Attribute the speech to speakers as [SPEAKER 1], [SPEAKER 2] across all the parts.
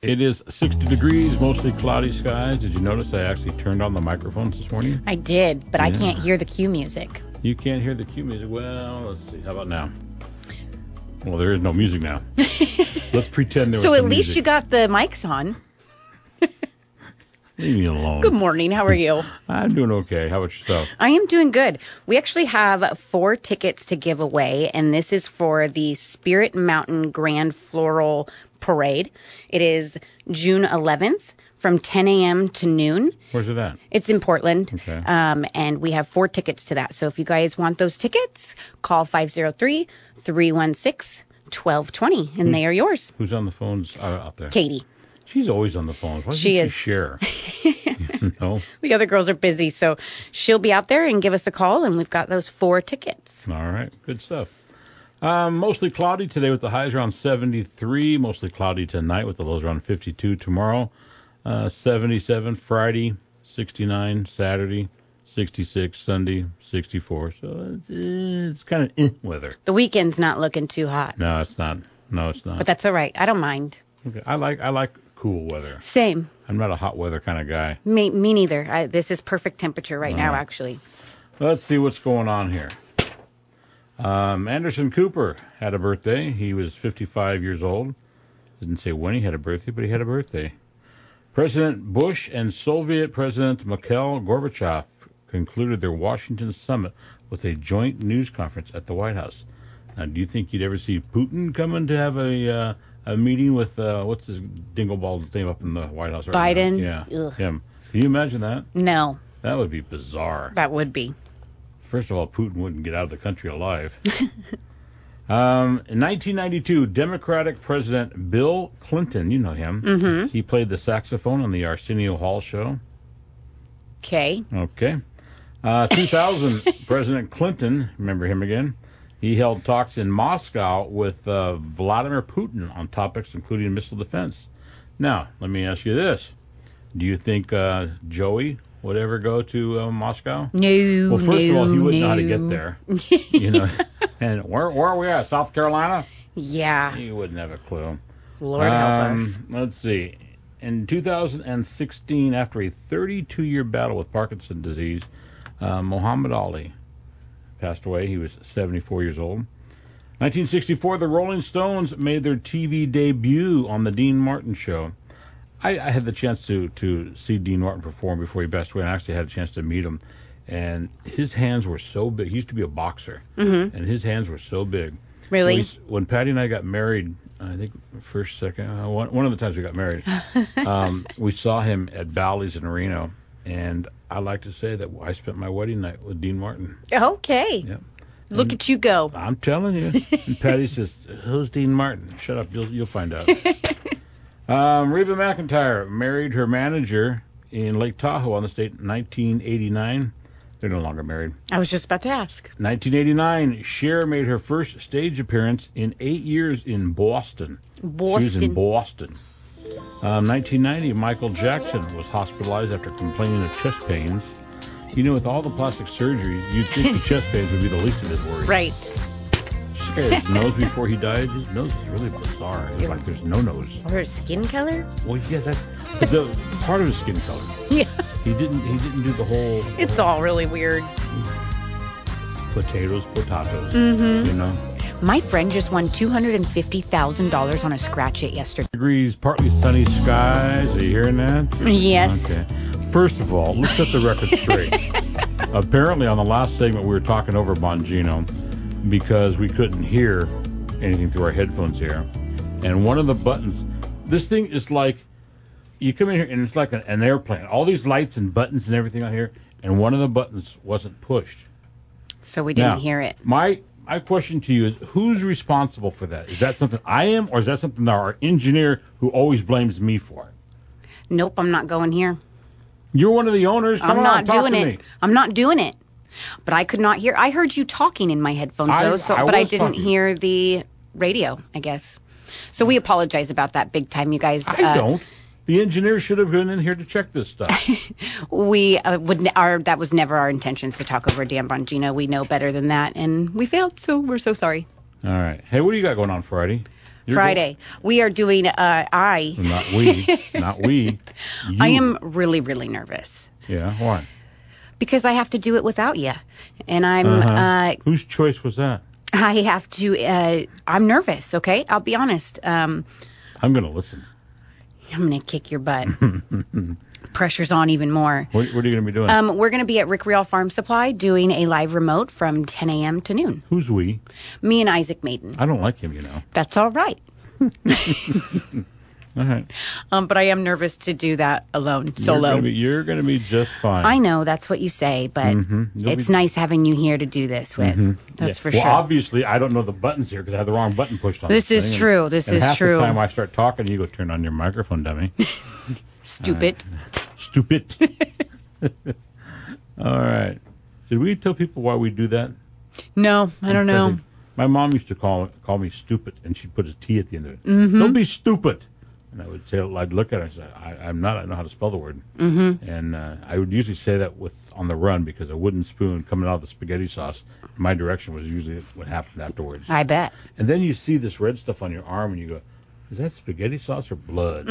[SPEAKER 1] It is 60 degrees, mostly cloudy skies. Did you notice I actually turned on the microphones this morning?
[SPEAKER 2] I did, but I can't hear the cue music.
[SPEAKER 1] You can't hear the cue music. Well, let's see. How about now? Well, there is no music now. let's pretend there
[SPEAKER 2] So
[SPEAKER 1] was
[SPEAKER 2] at least you got the mics on.
[SPEAKER 1] you got. Leave me alone.
[SPEAKER 2] Good morning. How are you?
[SPEAKER 1] I'm doing okay. How about yourself?
[SPEAKER 2] I am doing good. We actually have four tickets to give away, and this is for the Spirit Mountain Grand Floral Parade. It is June 11th from 10 a.m. to noon.
[SPEAKER 1] Where's it at?
[SPEAKER 2] It's in Portland.
[SPEAKER 1] Okay.
[SPEAKER 2] Um, and we have four tickets to that. So if you guys want those tickets, call 503 316 1220, and they are yours.
[SPEAKER 1] Who's on the phones uh, out, out there?
[SPEAKER 2] Katie.
[SPEAKER 1] She's always on the phones. Why doesn't
[SPEAKER 2] She
[SPEAKER 1] she
[SPEAKER 2] is.
[SPEAKER 1] share? no?
[SPEAKER 2] The other girls are busy, so she'll be out there and give us a call, and we've got those four tickets.
[SPEAKER 1] All right, good stuff. Um, mostly cloudy today with the highs around 73. Mostly cloudy tonight with the lows around 52. Tomorrow, uh, 77. Friday, 69. Saturday, 66. Sunday, 64. So it's, eh, it's kind of eh weather.
[SPEAKER 2] The weekend's not looking too hot,
[SPEAKER 1] No, it's not. No, it's
[SPEAKER 2] but
[SPEAKER 1] not.
[SPEAKER 2] that's all right. I don't mind.
[SPEAKER 1] Okay. I like I like cool weather.
[SPEAKER 2] Same.
[SPEAKER 1] I'm not a hot weather kind of guy.
[SPEAKER 2] Me, me neither. I, this is perfect temperature right now, actually.
[SPEAKER 1] Let's see what's going on here. Um, Anderson Cooper had a birthday. He was 55 years old. Didn't say when he had a birthday, but he had a birthday. President Bush and Soviet President Mikhail Gorbachev concluded their Washington summit with a joint news conference at the White House. Now, do you think you'd ever see Putin coming to have a uh, a meeting with uh, what's his dingleball name up in the White House? Right now?
[SPEAKER 2] Biden?
[SPEAKER 1] Yeah,
[SPEAKER 2] Ugh.
[SPEAKER 1] him. Can you imagine that?
[SPEAKER 2] No,
[SPEAKER 1] That would be bizarre.
[SPEAKER 2] that would be.
[SPEAKER 1] First of all, Putin wouldn't get out of the country alive. um, in 1992, Democratic President Bill Clinton, you know him, he played the saxophone on the Arsenio Hall show.
[SPEAKER 2] Okay.
[SPEAKER 1] Okay. Uh, 2000, President Clinton, remember him again, he held talks in Moscow with uh, Vladimir Putin on topics including missile defense. Now, let me ask you this. Do you think uh, Joey would ever go to uh, Moscow?
[SPEAKER 2] No,
[SPEAKER 1] Well, first of all, he
[SPEAKER 2] no,
[SPEAKER 1] wouldn't know how to
[SPEAKER 2] no.
[SPEAKER 1] get there. You know, and where where are we at? South Carolina?
[SPEAKER 2] Yeah.
[SPEAKER 1] He wouldn't have a clue.
[SPEAKER 2] Lord help us.
[SPEAKER 1] Um, Let's see. In 2016, after a 32-year battle with Parkinson's disease, uh, Muhammad Ali passed away. He was 74 years old. 1964, the Rolling Stones made their TV debut on the Dean Martin Show. I, I had the chance to to see Dean Martin perform before he passed away, and I actually had a chance to meet him. And his hands were so big. He used to be a boxer, and his hands were so big.
[SPEAKER 2] Really?
[SPEAKER 1] When, we- when Patty and I got married, I think first, second, uh, one, one of the times we got married, um, we saw him at Bally's in Reno, and I like to say that I spent my wedding night with Dean Martin.
[SPEAKER 2] Okay.
[SPEAKER 1] Yep.
[SPEAKER 2] Look at you go.
[SPEAKER 1] I'm telling you. And Patty says, "Who's Dean Martin? Shut up. You'll you'll find out." um, Reba McIntyre married her manager in Lake Tahoe on the state in 1989. They're no longer married.
[SPEAKER 2] I was just about to ask.
[SPEAKER 1] 1989, Cher made her first stage appearance in eight years in Boston. She was in
[SPEAKER 2] Boston.
[SPEAKER 1] Boston. Um, 1990, Michael Jackson was hospitalized after complaining of chest pains. You know, with all the plastic surgeries, you'd think the chest pains would be the least of his worries.
[SPEAKER 2] Right.
[SPEAKER 1] Cher's nose before he died. His nose is really bizarre. It's like there's no nose.
[SPEAKER 2] Or her skin color?
[SPEAKER 1] Well, yeah, that's but the part of his skin color.
[SPEAKER 2] Yeah.
[SPEAKER 1] He didn't. He didn't do the whole
[SPEAKER 2] It's all really weird.
[SPEAKER 1] potatoes, potatoes. You know.
[SPEAKER 2] My friend just won $250,000 on a scratch it yesterday.
[SPEAKER 1] Degrees, partly sunny skies. Are you hearing that?
[SPEAKER 2] Yes.
[SPEAKER 1] Okay. First of all, let's set the record straight. Apparently, on the last segment, we were talking over Bongino because we couldn't hear anything through our headphones here. And one of the buttons, this thing is like, you come in here and it's like an, an airplane. All these lights and buttons and everything on here, and one of the buttons wasn't pushed.
[SPEAKER 2] So we didn't
[SPEAKER 1] Now,
[SPEAKER 2] hear it.
[SPEAKER 1] My my question to you is who's responsible for that? Is that something I am or is that something that our engineer who always blames me for?
[SPEAKER 2] Nope, I'm not going here.
[SPEAKER 1] You're one of the owners. Come
[SPEAKER 2] I'm
[SPEAKER 1] on,
[SPEAKER 2] not
[SPEAKER 1] talk
[SPEAKER 2] doing
[SPEAKER 1] to
[SPEAKER 2] it.
[SPEAKER 1] me.
[SPEAKER 2] I'm not doing it. But I could not hear. I heard you talking in my headphones
[SPEAKER 1] I-
[SPEAKER 2] though, so
[SPEAKER 1] I
[SPEAKER 2] but I
[SPEAKER 1] was
[SPEAKER 2] didn't
[SPEAKER 1] talking.
[SPEAKER 2] hear the radio, I guess. So we apologize about that big time, you guys. Uh,
[SPEAKER 1] I don't. The engineer should have gone in here to check this stuff.
[SPEAKER 2] We uh, would n- our that was never our intentions to talk over Dan Bongino. We know better than that, and we failed, so we're so sorry.
[SPEAKER 1] All right. Hey, what do you got going on Friday?
[SPEAKER 2] Friday. We are doing. Uh, I
[SPEAKER 1] Not we. not we. You.
[SPEAKER 2] I am really really nervous
[SPEAKER 1] Yeah. Why?
[SPEAKER 2] because I have to do it without you, and I'm
[SPEAKER 1] Uh-huh.
[SPEAKER 2] uh,
[SPEAKER 1] Whose choice was that?
[SPEAKER 2] I have to. Uh, I'm nervous. Okay, I'll be honest. Um,
[SPEAKER 1] I'm going to listen.
[SPEAKER 2] I'm gonna kick your butt. Pressure's on even more.
[SPEAKER 1] What, what are you going to be doing?
[SPEAKER 2] Um, we're going to be at Rick Rial Farm Supply doing a live remote from 10 a.m. to noon.
[SPEAKER 1] Who's we?
[SPEAKER 2] Me and Isaac Maiden.
[SPEAKER 1] I don't like him, you know.
[SPEAKER 2] That's all right.
[SPEAKER 1] All right.
[SPEAKER 2] Um, but I am nervous to do that alone,
[SPEAKER 1] You're gonna
[SPEAKER 2] solo.
[SPEAKER 1] be- You're going to be just fine.
[SPEAKER 2] I know that's what you say, but
[SPEAKER 1] Mm-hmm. You'll
[SPEAKER 2] it's
[SPEAKER 1] be- Mm-hmm.
[SPEAKER 2] nice having you here to do this with. That's for
[SPEAKER 1] well,
[SPEAKER 2] sure.
[SPEAKER 1] obviously, I don't know the buttons here because I had the wrong button pushed on.
[SPEAKER 2] This is
[SPEAKER 1] thing, and-
[SPEAKER 2] true. This
[SPEAKER 1] and
[SPEAKER 2] is
[SPEAKER 1] half
[SPEAKER 2] true.
[SPEAKER 1] The time I start talking, you go turn on your microphone, dummy.
[SPEAKER 2] Stupid.
[SPEAKER 1] Stupid. All right. Did we tell people why we do that?
[SPEAKER 2] no, I don't know.
[SPEAKER 1] My mom used to call call me stupid, and she'd put a T at the end of it.
[SPEAKER 2] Mm-hmm.
[SPEAKER 1] Don't be stupid. And I would say, I'd look at her and say, I, I'm not. I know how to spell the word. Mm-hmm. And uh, I would usually say that with on the run because a wooden spoon coming out of the spaghetti sauce in my direction was usually what happened afterwards.
[SPEAKER 2] I bet.
[SPEAKER 1] And then you see this red stuff on your arm, and you go, "Is that spaghetti sauce or blood?"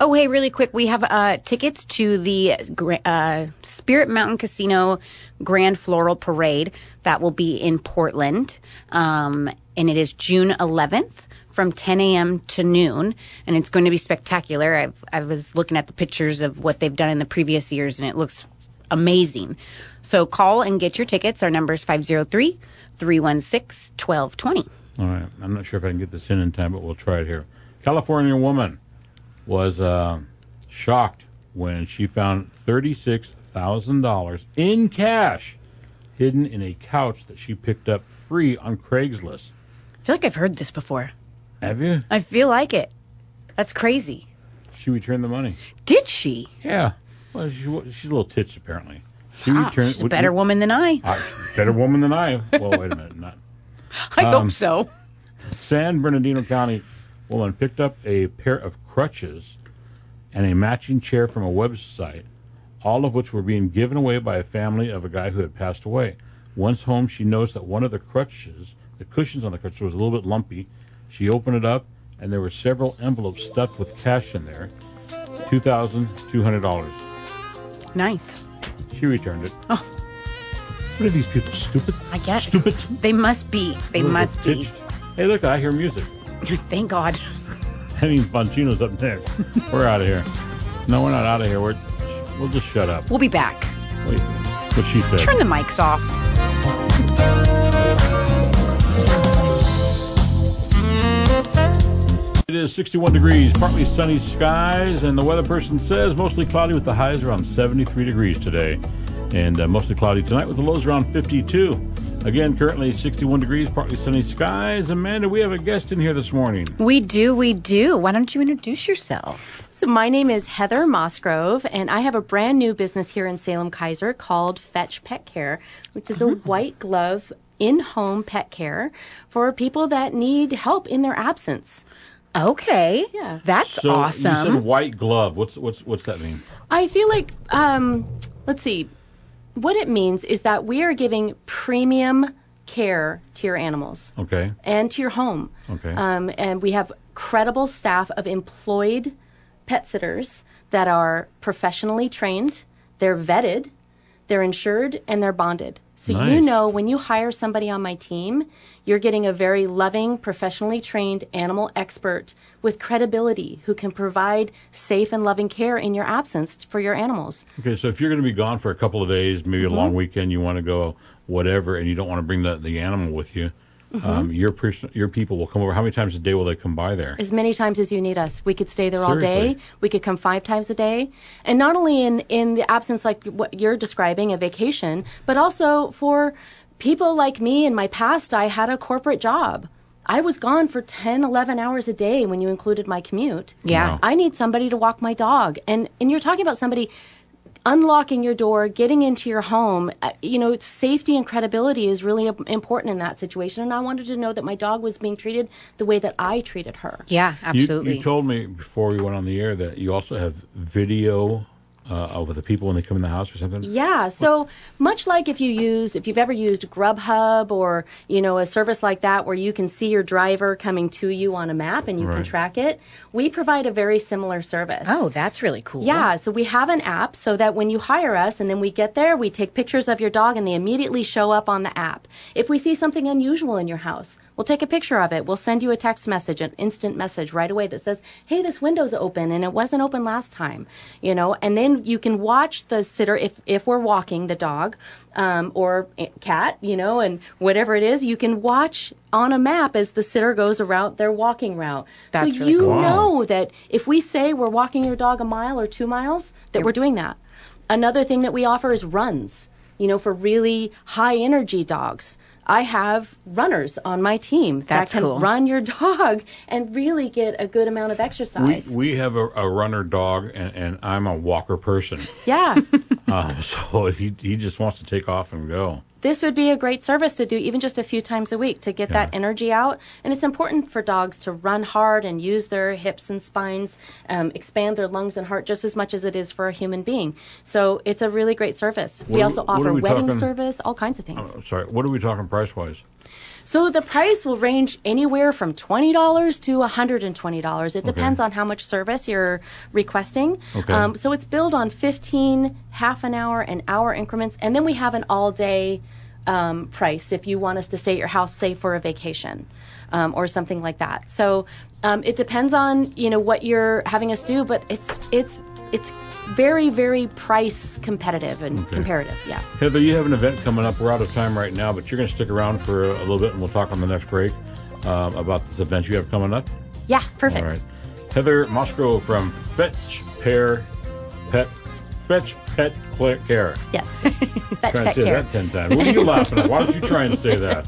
[SPEAKER 2] Oh, hey, really quick. We have uh, tickets to the gra- uh, Spirit Mountain Casino Grand Floral Parade that will be in Portland. Um, and it is June 11th from 10 a.m. to noon. And it's going to be spectacular. I've, I was looking at the pictures of what they've done in the previous years, and it looks amazing. So call and get your tickets. Our number is 503 316 1220.
[SPEAKER 1] All right, I'm not sure if I can get this in in time, but we'll try it here. California woman was uh, shocked when she found thirty-six thousand dollars in cash hidden in a couch that she picked up free on Craigslist.
[SPEAKER 2] I feel like I've heard this before.
[SPEAKER 1] Have you?
[SPEAKER 2] I feel like it. That's crazy.
[SPEAKER 1] She returned the money.
[SPEAKER 2] Did she?
[SPEAKER 1] Yeah. Well, she, wa- she's a little tits apparently. She
[SPEAKER 2] Ah, she's a better woman than I.
[SPEAKER 1] Uh, better woman than I. Well, wait a minute. Not
[SPEAKER 2] I
[SPEAKER 1] Um,
[SPEAKER 2] hope so.
[SPEAKER 1] San Bernardino County woman picked up a pair of crutches and a matching chair from a website, all of which were being given away by a family of a guy who had passed away. Once home, she noticed that one of the crutches, the cushions on the crutches, was a little bit lumpy. She opened it up, and there were several envelopes stuffed with cash in there $2,200.
[SPEAKER 2] Nice.
[SPEAKER 1] She returned it. Oh. What are these people, stupid?
[SPEAKER 2] I guess.
[SPEAKER 1] Stupid.
[SPEAKER 2] They must be. They must be.
[SPEAKER 1] Hey, look, I hear music.
[SPEAKER 2] Thank God.
[SPEAKER 1] Henning Bongino's up next. We're out of here. No, we're not out of here. We're, we'll just shut up.
[SPEAKER 2] We'll be back.
[SPEAKER 1] Wait, what she said.
[SPEAKER 2] Turn the mics off.
[SPEAKER 1] It is 61 degrees, partly sunny skies, and the weather person says mostly cloudy with the highs around 73 degrees today, and uh, mostly cloudy tonight with the lows around 52. Again, currently 61 degrees, partly sunny skies. Amanda, we have a guest in here this morning.
[SPEAKER 2] We do. We do. Why don't you introduce yourself?
[SPEAKER 3] So my name is Heather Mosgrove, and I have a brand new business here in Salem Kaiser called Fetch Pet Care, which is a white glove in-home pet care for people that need help in their absence.
[SPEAKER 2] Okay.
[SPEAKER 3] Yeah.
[SPEAKER 2] That's
[SPEAKER 1] so You said
[SPEAKER 2] awesome.
[SPEAKER 1] white glove. What's what's what's that mean?
[SPEAKER 3] I feel like, um, let's see, what it means is that we are giving premium care to your animals.
[SPEAKER 1] Okay.
[SPEAKER 3] and to your home.
[SPEAKER 1] Okay.
[SPEAKER 2] Uh,
[SPEAKER 3] Um, and we have credible staff of employed pet sitters that are professionally trained, they're vetted, they're insured, and they're bonded. So you
[SPEAKER 1] Nice.
[SPEAKER 3] know when you hire somebody on my team, you're getting a very loving, professionally trained animal expert with credibility who can provide safe and loving care in your absence for your animals.
[SPEAKER 1] Okay, so if you're going to be gone for a couple of days, maybe a long weekend, you want to go whatever, and you don't want to bring the, the animal with you, um, your person, your people will come over. How many times a day will they come by there?
[SPEAKER 3] as many times as you need us. We could stay there all
[SPEAKER 1] Seriously?
[SPEAKER 3] day. We could come five times a day, and not only in in the absence like what you're describing, a vacation, but also for people like me. In my past, I had a corporate job. I was gone for 10, 11 hours a day when you included my commute.
[SPEAKER 2] Yeah.
[SPEAKER 1] Wow.
[SPEAKER 3] I need somebody to walk my dog, and and you're talking about somebody. Unlocking your door, getting into your home, uh, you know, safety and credibility is really im- important in that situation. And I wanted to know that my dog was being treated the way that I treated her.
[SPEAKER 2] Yeah,
[SPEAKER 1] You,
[SPEAKER 2] absolutely.
[SPEAKER 1] you told me before we went on the air that you also have video uh, with the people when they come in the house or something?
[SPEAKER 3] Yeah. So much like if you used, if you've ever used Grubhub or you know a service like that where you can see your driver coming to you on a map and you can
[SPEAKER 1] Right.
[SPEAKER 3] track it, we provide a very similar service.
[SPEAKER 2] Oh, that's really cool.
[SPEAKER 3] Yeah, so we have an app so that when you hire us and then we get there, we take pictures of your dog and they immediately show up on the app. If we see something unusual in your house, we'll take a picture of it. We'll send you a text message, an instant message right away that says, "Hey, this window's open and it wasn't open last time." You know, and then you can watch the sitter if if we're walking the dog um, or a- cat, you know, and whatever it is, you can watch on a map as the sitter goes around their walking route.
[SPEAKER 2] That's
[SPEAKER 3] so
[SPEAKER 2] really
[SPEAKER 3] you
[SPEAKER 2] cool.
[SPEAKER 1] Wow.
[SPEAKER 3] know that if we say we're walking your dog a mile or two miles, that we're doing that. Another thing that we offer is runs, you know, for really high energy dogs. I have runners on my team
[SPEAKER 2] That's
[SPEAKER 3] that can
[SPEAKER 2] cool.
[SPEAKER 3] run your dog and really get a good amount of
[SPEAKER 1] We,
[SPEAKER 3] exercise.
[SPEAKER 1] we have a, a runner dog, and, and I'm a walker person.
[SPEAKER 3] yeah.
[SPEAKER 1] uh, so he, he just wants to take off and go.
[SPEAKER 3] this would be a great service to do even just a few times a week to get that energy out. And it's important for dogs to run hard and use their hips and spines, um, expand their lungs and heart just as much as it is for a human being. So it's a really great service.
[SPEAKER 1] What
[SPEAKER 3] we
[SPEAKER 1] are
[SPEAKER 3] also
[SPEAKER 1] we- what are
[SPEAKER 3] offer
[SPEAKER 1] we
[SPEAKER 3] wedding
[SPEAKER 1] talking-
[SPEAKER 3] service, all kinds of things.
[SPEAKER 1] Oh, sorry, what are we talking price wise?
[SPEAKER 3] So the price will range anywhere from twenty dollars to hundred and twenty dollars. It depends on how much service you're requesting. Um,
[SPEAKER 1] Okay.
[SPEAKER 3] so it's billed on fifteen, half an hour, and hour increments, and then we have an all-day um, price if you want us to stay at your house, say for a vacation um, or something like that. So um, it depends on you know what you're having us do, but it's it's it's very very price competitive and comparative. Yeah.
[SPEAKER 1] Heather, you have an event coming up. We're out of time right now, but you're going to stick around for a, a little bit, and we'll talk on the next break um, about this event you have coming up.
[SPEAKER 3] Yeah. Perfect.
[SPEAKER 1] All right. Heather Moscow from Fetch Pair Pet Fetch Pet Cl- Care.
[SPEAKER 3] Yes.
[SPEAKER 1] Try and say that ten times. What are you laughing at? Why don't you try and say that?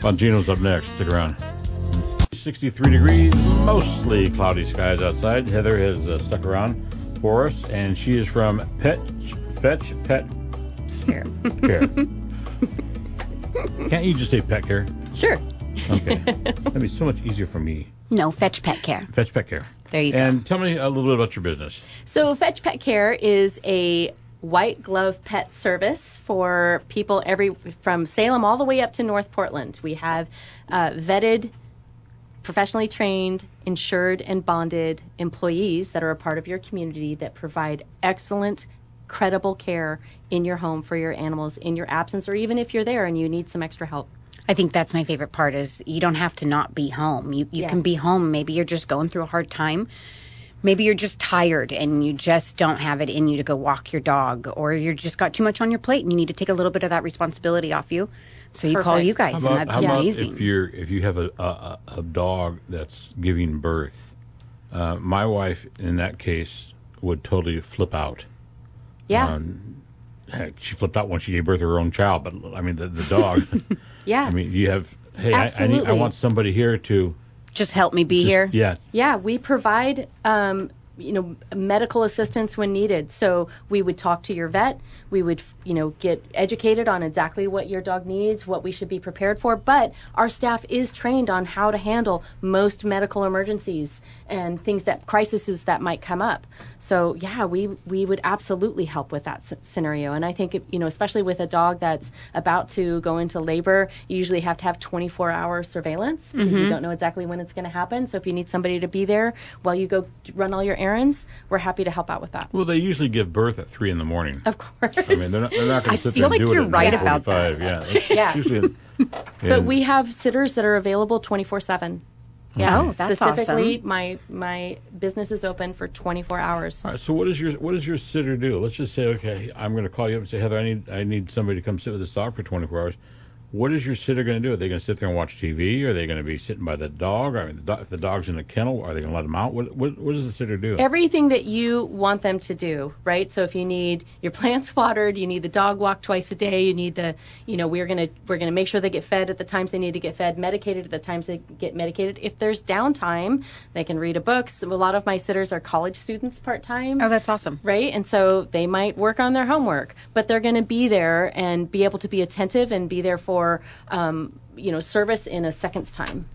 [SPEAKER 1] Bongino's up next. Stick around. 63 degrees, mostly cloudy skies outside. Heather has uh, stuck around for us, and she is from Pet Fetch Pet
[SPEAKER 2] Here.
[SPEAKER 1] Care. Can't you just say pet care?
[SPEAKER 3] Sure.
[SPEAKER 1] Okay, that'd be so much easier for me.
[SPEAKER 2] No, fetch pet care.
[SPEAKER 1] Fetch Pet Care.
[SPEAKER 2] There you go.
[SPEAKER 1] And tell me a little bit about your business.
[SPEAKER 3] So, Fetch Pet Care is a white glove pet service for people every from Salem all the way up to North Portland. We have uh, vetted, professionally trained, insured, and bonded employees that are a part of your community that provide excellent. Credible care in your home for your animals in your absence, or even if you're there and you need some extra help.
[SPEAKER 2] I think that's my favorite part is you don't have to not be home. You you
[SPEAKER 3] Yeah.
[SPEAKER 2] can be home. Maybe you're just going through a hard time. Maybe you're just tired and you just don't have it in you to go walk your dog or you just got too much on your plate and you need to take a little bit of that responsibility off you. So you call
[SPEAKER 3] Perfect.
[SPEAKER 2] you guys
[SPEAKER 1] How
[SPEAKER 2] and
[SPEAKER 1] about-
[SPEAKER 2] that's
[SPEAKER 1] how about
[SPEAKER 2] amazing.
[SPEAKER 1] if you're if you have a, a, a- a dog that's giving birth? Uh, my wife, in that case, would totally flip out.
[SPEAKER 3] Yeah,
[SPEAKER 1] Um, Heck, she flipped out when she gave birth to her own child, but I mean the, the dog.
[SPEAKER 3] yeah,
[SPEAKER 1] I mean, you have hey, I, I, need, I
[SPEAKER 3] Absolutely.
[SPEAKER 1] want somebody here to
[SPEAKER 2] just help me be here.
[SPEAKER 1] yeah.
[SPEAKER 3] Yeah, we provide um, you know medical assistance when needed. So we would talk to your vet. We would you know get educated on exactly what your dog needs, what we should be prepared for. But our staff is trained on how to handle most medical emergencies and things that crises that might come up. So yeah, we we would absolutely help with that s- scenario. And I think it- you know especially with a dog that's about to go into labor, you usually have to have 24 hour surveillance because
[SPEAKER 2] Mm-hmm.
[SPEAKER 3] you don't know exactly when it's going to happen. So if you need somebody to be there while you go d- run all your errands, we're happy to help out with that.
[SPEAKER 1] Well, they usually give birth at three in the morning.
[SPEAKER 3] Of course.
[SPEAKER 1] I mean, they're not, they're not going
[SPEAKER 2] I
[SPEAKER 1] to sit
[SPEAKER 2] feel
[SPEAKER 1] there and
[SPEAKER 2] like
[SPEAKER 1] do
[SPEAKER 2] you're
[SPEAKER 1] it at
[SPEAKER 2] right
[SPEAKER 1] 9:45.
[SPEAKER 2] about that.
[SPEAKER 1] Yeah, that's
[SPEAKER 3] Yeah.
[SPEAKER 1] usually-
[SPEAKER 3] but
[SPEAKER 1] and-
[SPEAKER 3] we have sitters that are available 24 7.
[SPEAKER 2] Yeah. Oh, that's
[SPEAKER 3] Specifically,
[SPEAKER 2] awesome.
[SPEAKER 3] my my business is open for 24 hours.
[SPEAKER 1] All right, so what does your what does your sitter do? Let's just say, okay, I'm going to call you up and say, Heather, I need I need somebody to come sit with this dog for 24 hours. What is your sitter going to do? Are they going to sit there and watch TV? Are they going to be sitting by the dog? I mean, the dog, if the dog's in the kennel, are they going to let him out? What what, what does the sitter do?
[SPEAKER 3] everything that you want them to do, right? So if you need your plants watered, you need the dog walked twice a day, you need the, you know, we're going to we're going to make sure they get fed at the times they need to get fed, medicated at the times they get medicated. If there's downtime, they can read a book. So a lot of my sitters are college students part-time.
[SPEAKER 2] Oh, that's awesome.
[SPEAKER 3] Right? And so they might work on their homework, but they're going to be there and be able to be attentive and be there for, um, you know, service in a second's time.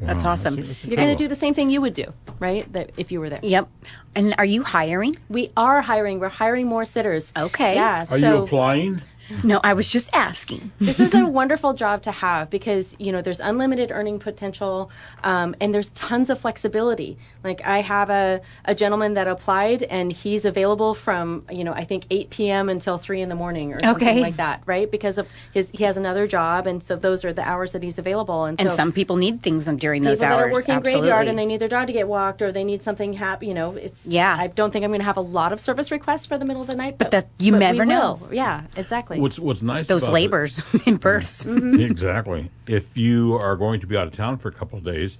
[SPEAKER 2] That's
[SPEAKER 1] Wow,
[SPEAKER 2] awesome.
[SPEAKER 1] that's- that's
[SPEAKER 3] You're going to
[SPEAKER 1] incredible.
[SPEAKER 3] do the same thing you would do, right? That if you were there.
[SPEAKER 2] Yep. And are you hiring?
[SPEAKER 3] We are hiring. We're hiring more sitters.
[SPEAKER 2] Okay.
[SPEAKER 3] Yeah.
[SPEAKER 1] Are
[SPEAKER 3] so
[SPEAKER 1] you applying?
[SPEAKER 2] No, I was just asking.
[SPEAKER 3] this is a wonderful job to have because you know there's unlimited earning potential, um, and there's tons of flexibility. Like I have a, a gentleman that applied, and he's available from you know I think 8 p.m. until 3 in the morning or
[SPEAKER 2] Okay.
[SPEAKER 3] something like that, right? Because of his he has another job, and so those are the hours that he's available. And,
[SPEAKER 2] And
[SPEAKER 3] so
[SPEAKER 2] some people need things on during those
[SPEAKER 3] people
[SPEAKER 2] hours.
[SPEAKER 3] that are working
[SPEAKER 2] Absolutely.
[SPEAKER 3] graveyard and they need their dog to get walked or they need something happy. You know, it's
[SPEAKER 2] Yeah.
[SPEAKER 3] I don't think I'm going to have a lot of service requests for the middle of the night, but,
[SPEAKER 2] that- you
[SPEAKER 3] but
[SPEAKER 2] never
[SPEAKER 3] we
[SPEAKER 2] know.
[SPEAKER 3] will. Yeah, exactly.
[SPEAKER 1] What's What's nice
[SPEAKER 2] those
[SPEAKER 1] about it-
[SPEAKER 2] labors and births.
[SPEAKER 1] exactly. If you are going to be out of town for a couple of days,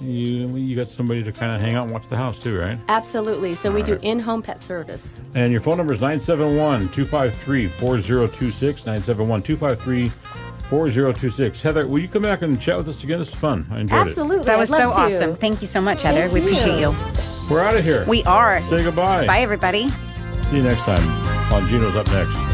[SPEAKER 1] you you got somebody to kind of hang out and watch the house too, right?
[SPEAKER 3] Absolutely. So we do in-home pet service.
[SPEAKER 1] And your phone number is 971 253 4026. 971 253 4026. Heather, will you come back and chat with us again? This is fun. I enjoyed
[SPEAKER 3] Absolutely.
[SPEAKER 2] That was
[SPEAKER 3] I'd
[SPEAKER 2] so
[SPEAKER 3] love to.
[SPEAKER 2] awesome. Thank you so much, Heather.
[SPEAKER 3] Thank
[SPEAKER 2] we appreciate you.
[SPEAKER 3] you.
[SPEAKER 1] it. We're out of here.
[SPEAKER 2] We are.
[SPEAKER 1] Say goodbye.
[SPEAKER 2] Bye, everybody.
[SPEAKER 1] See you next time on Gino's Up Next.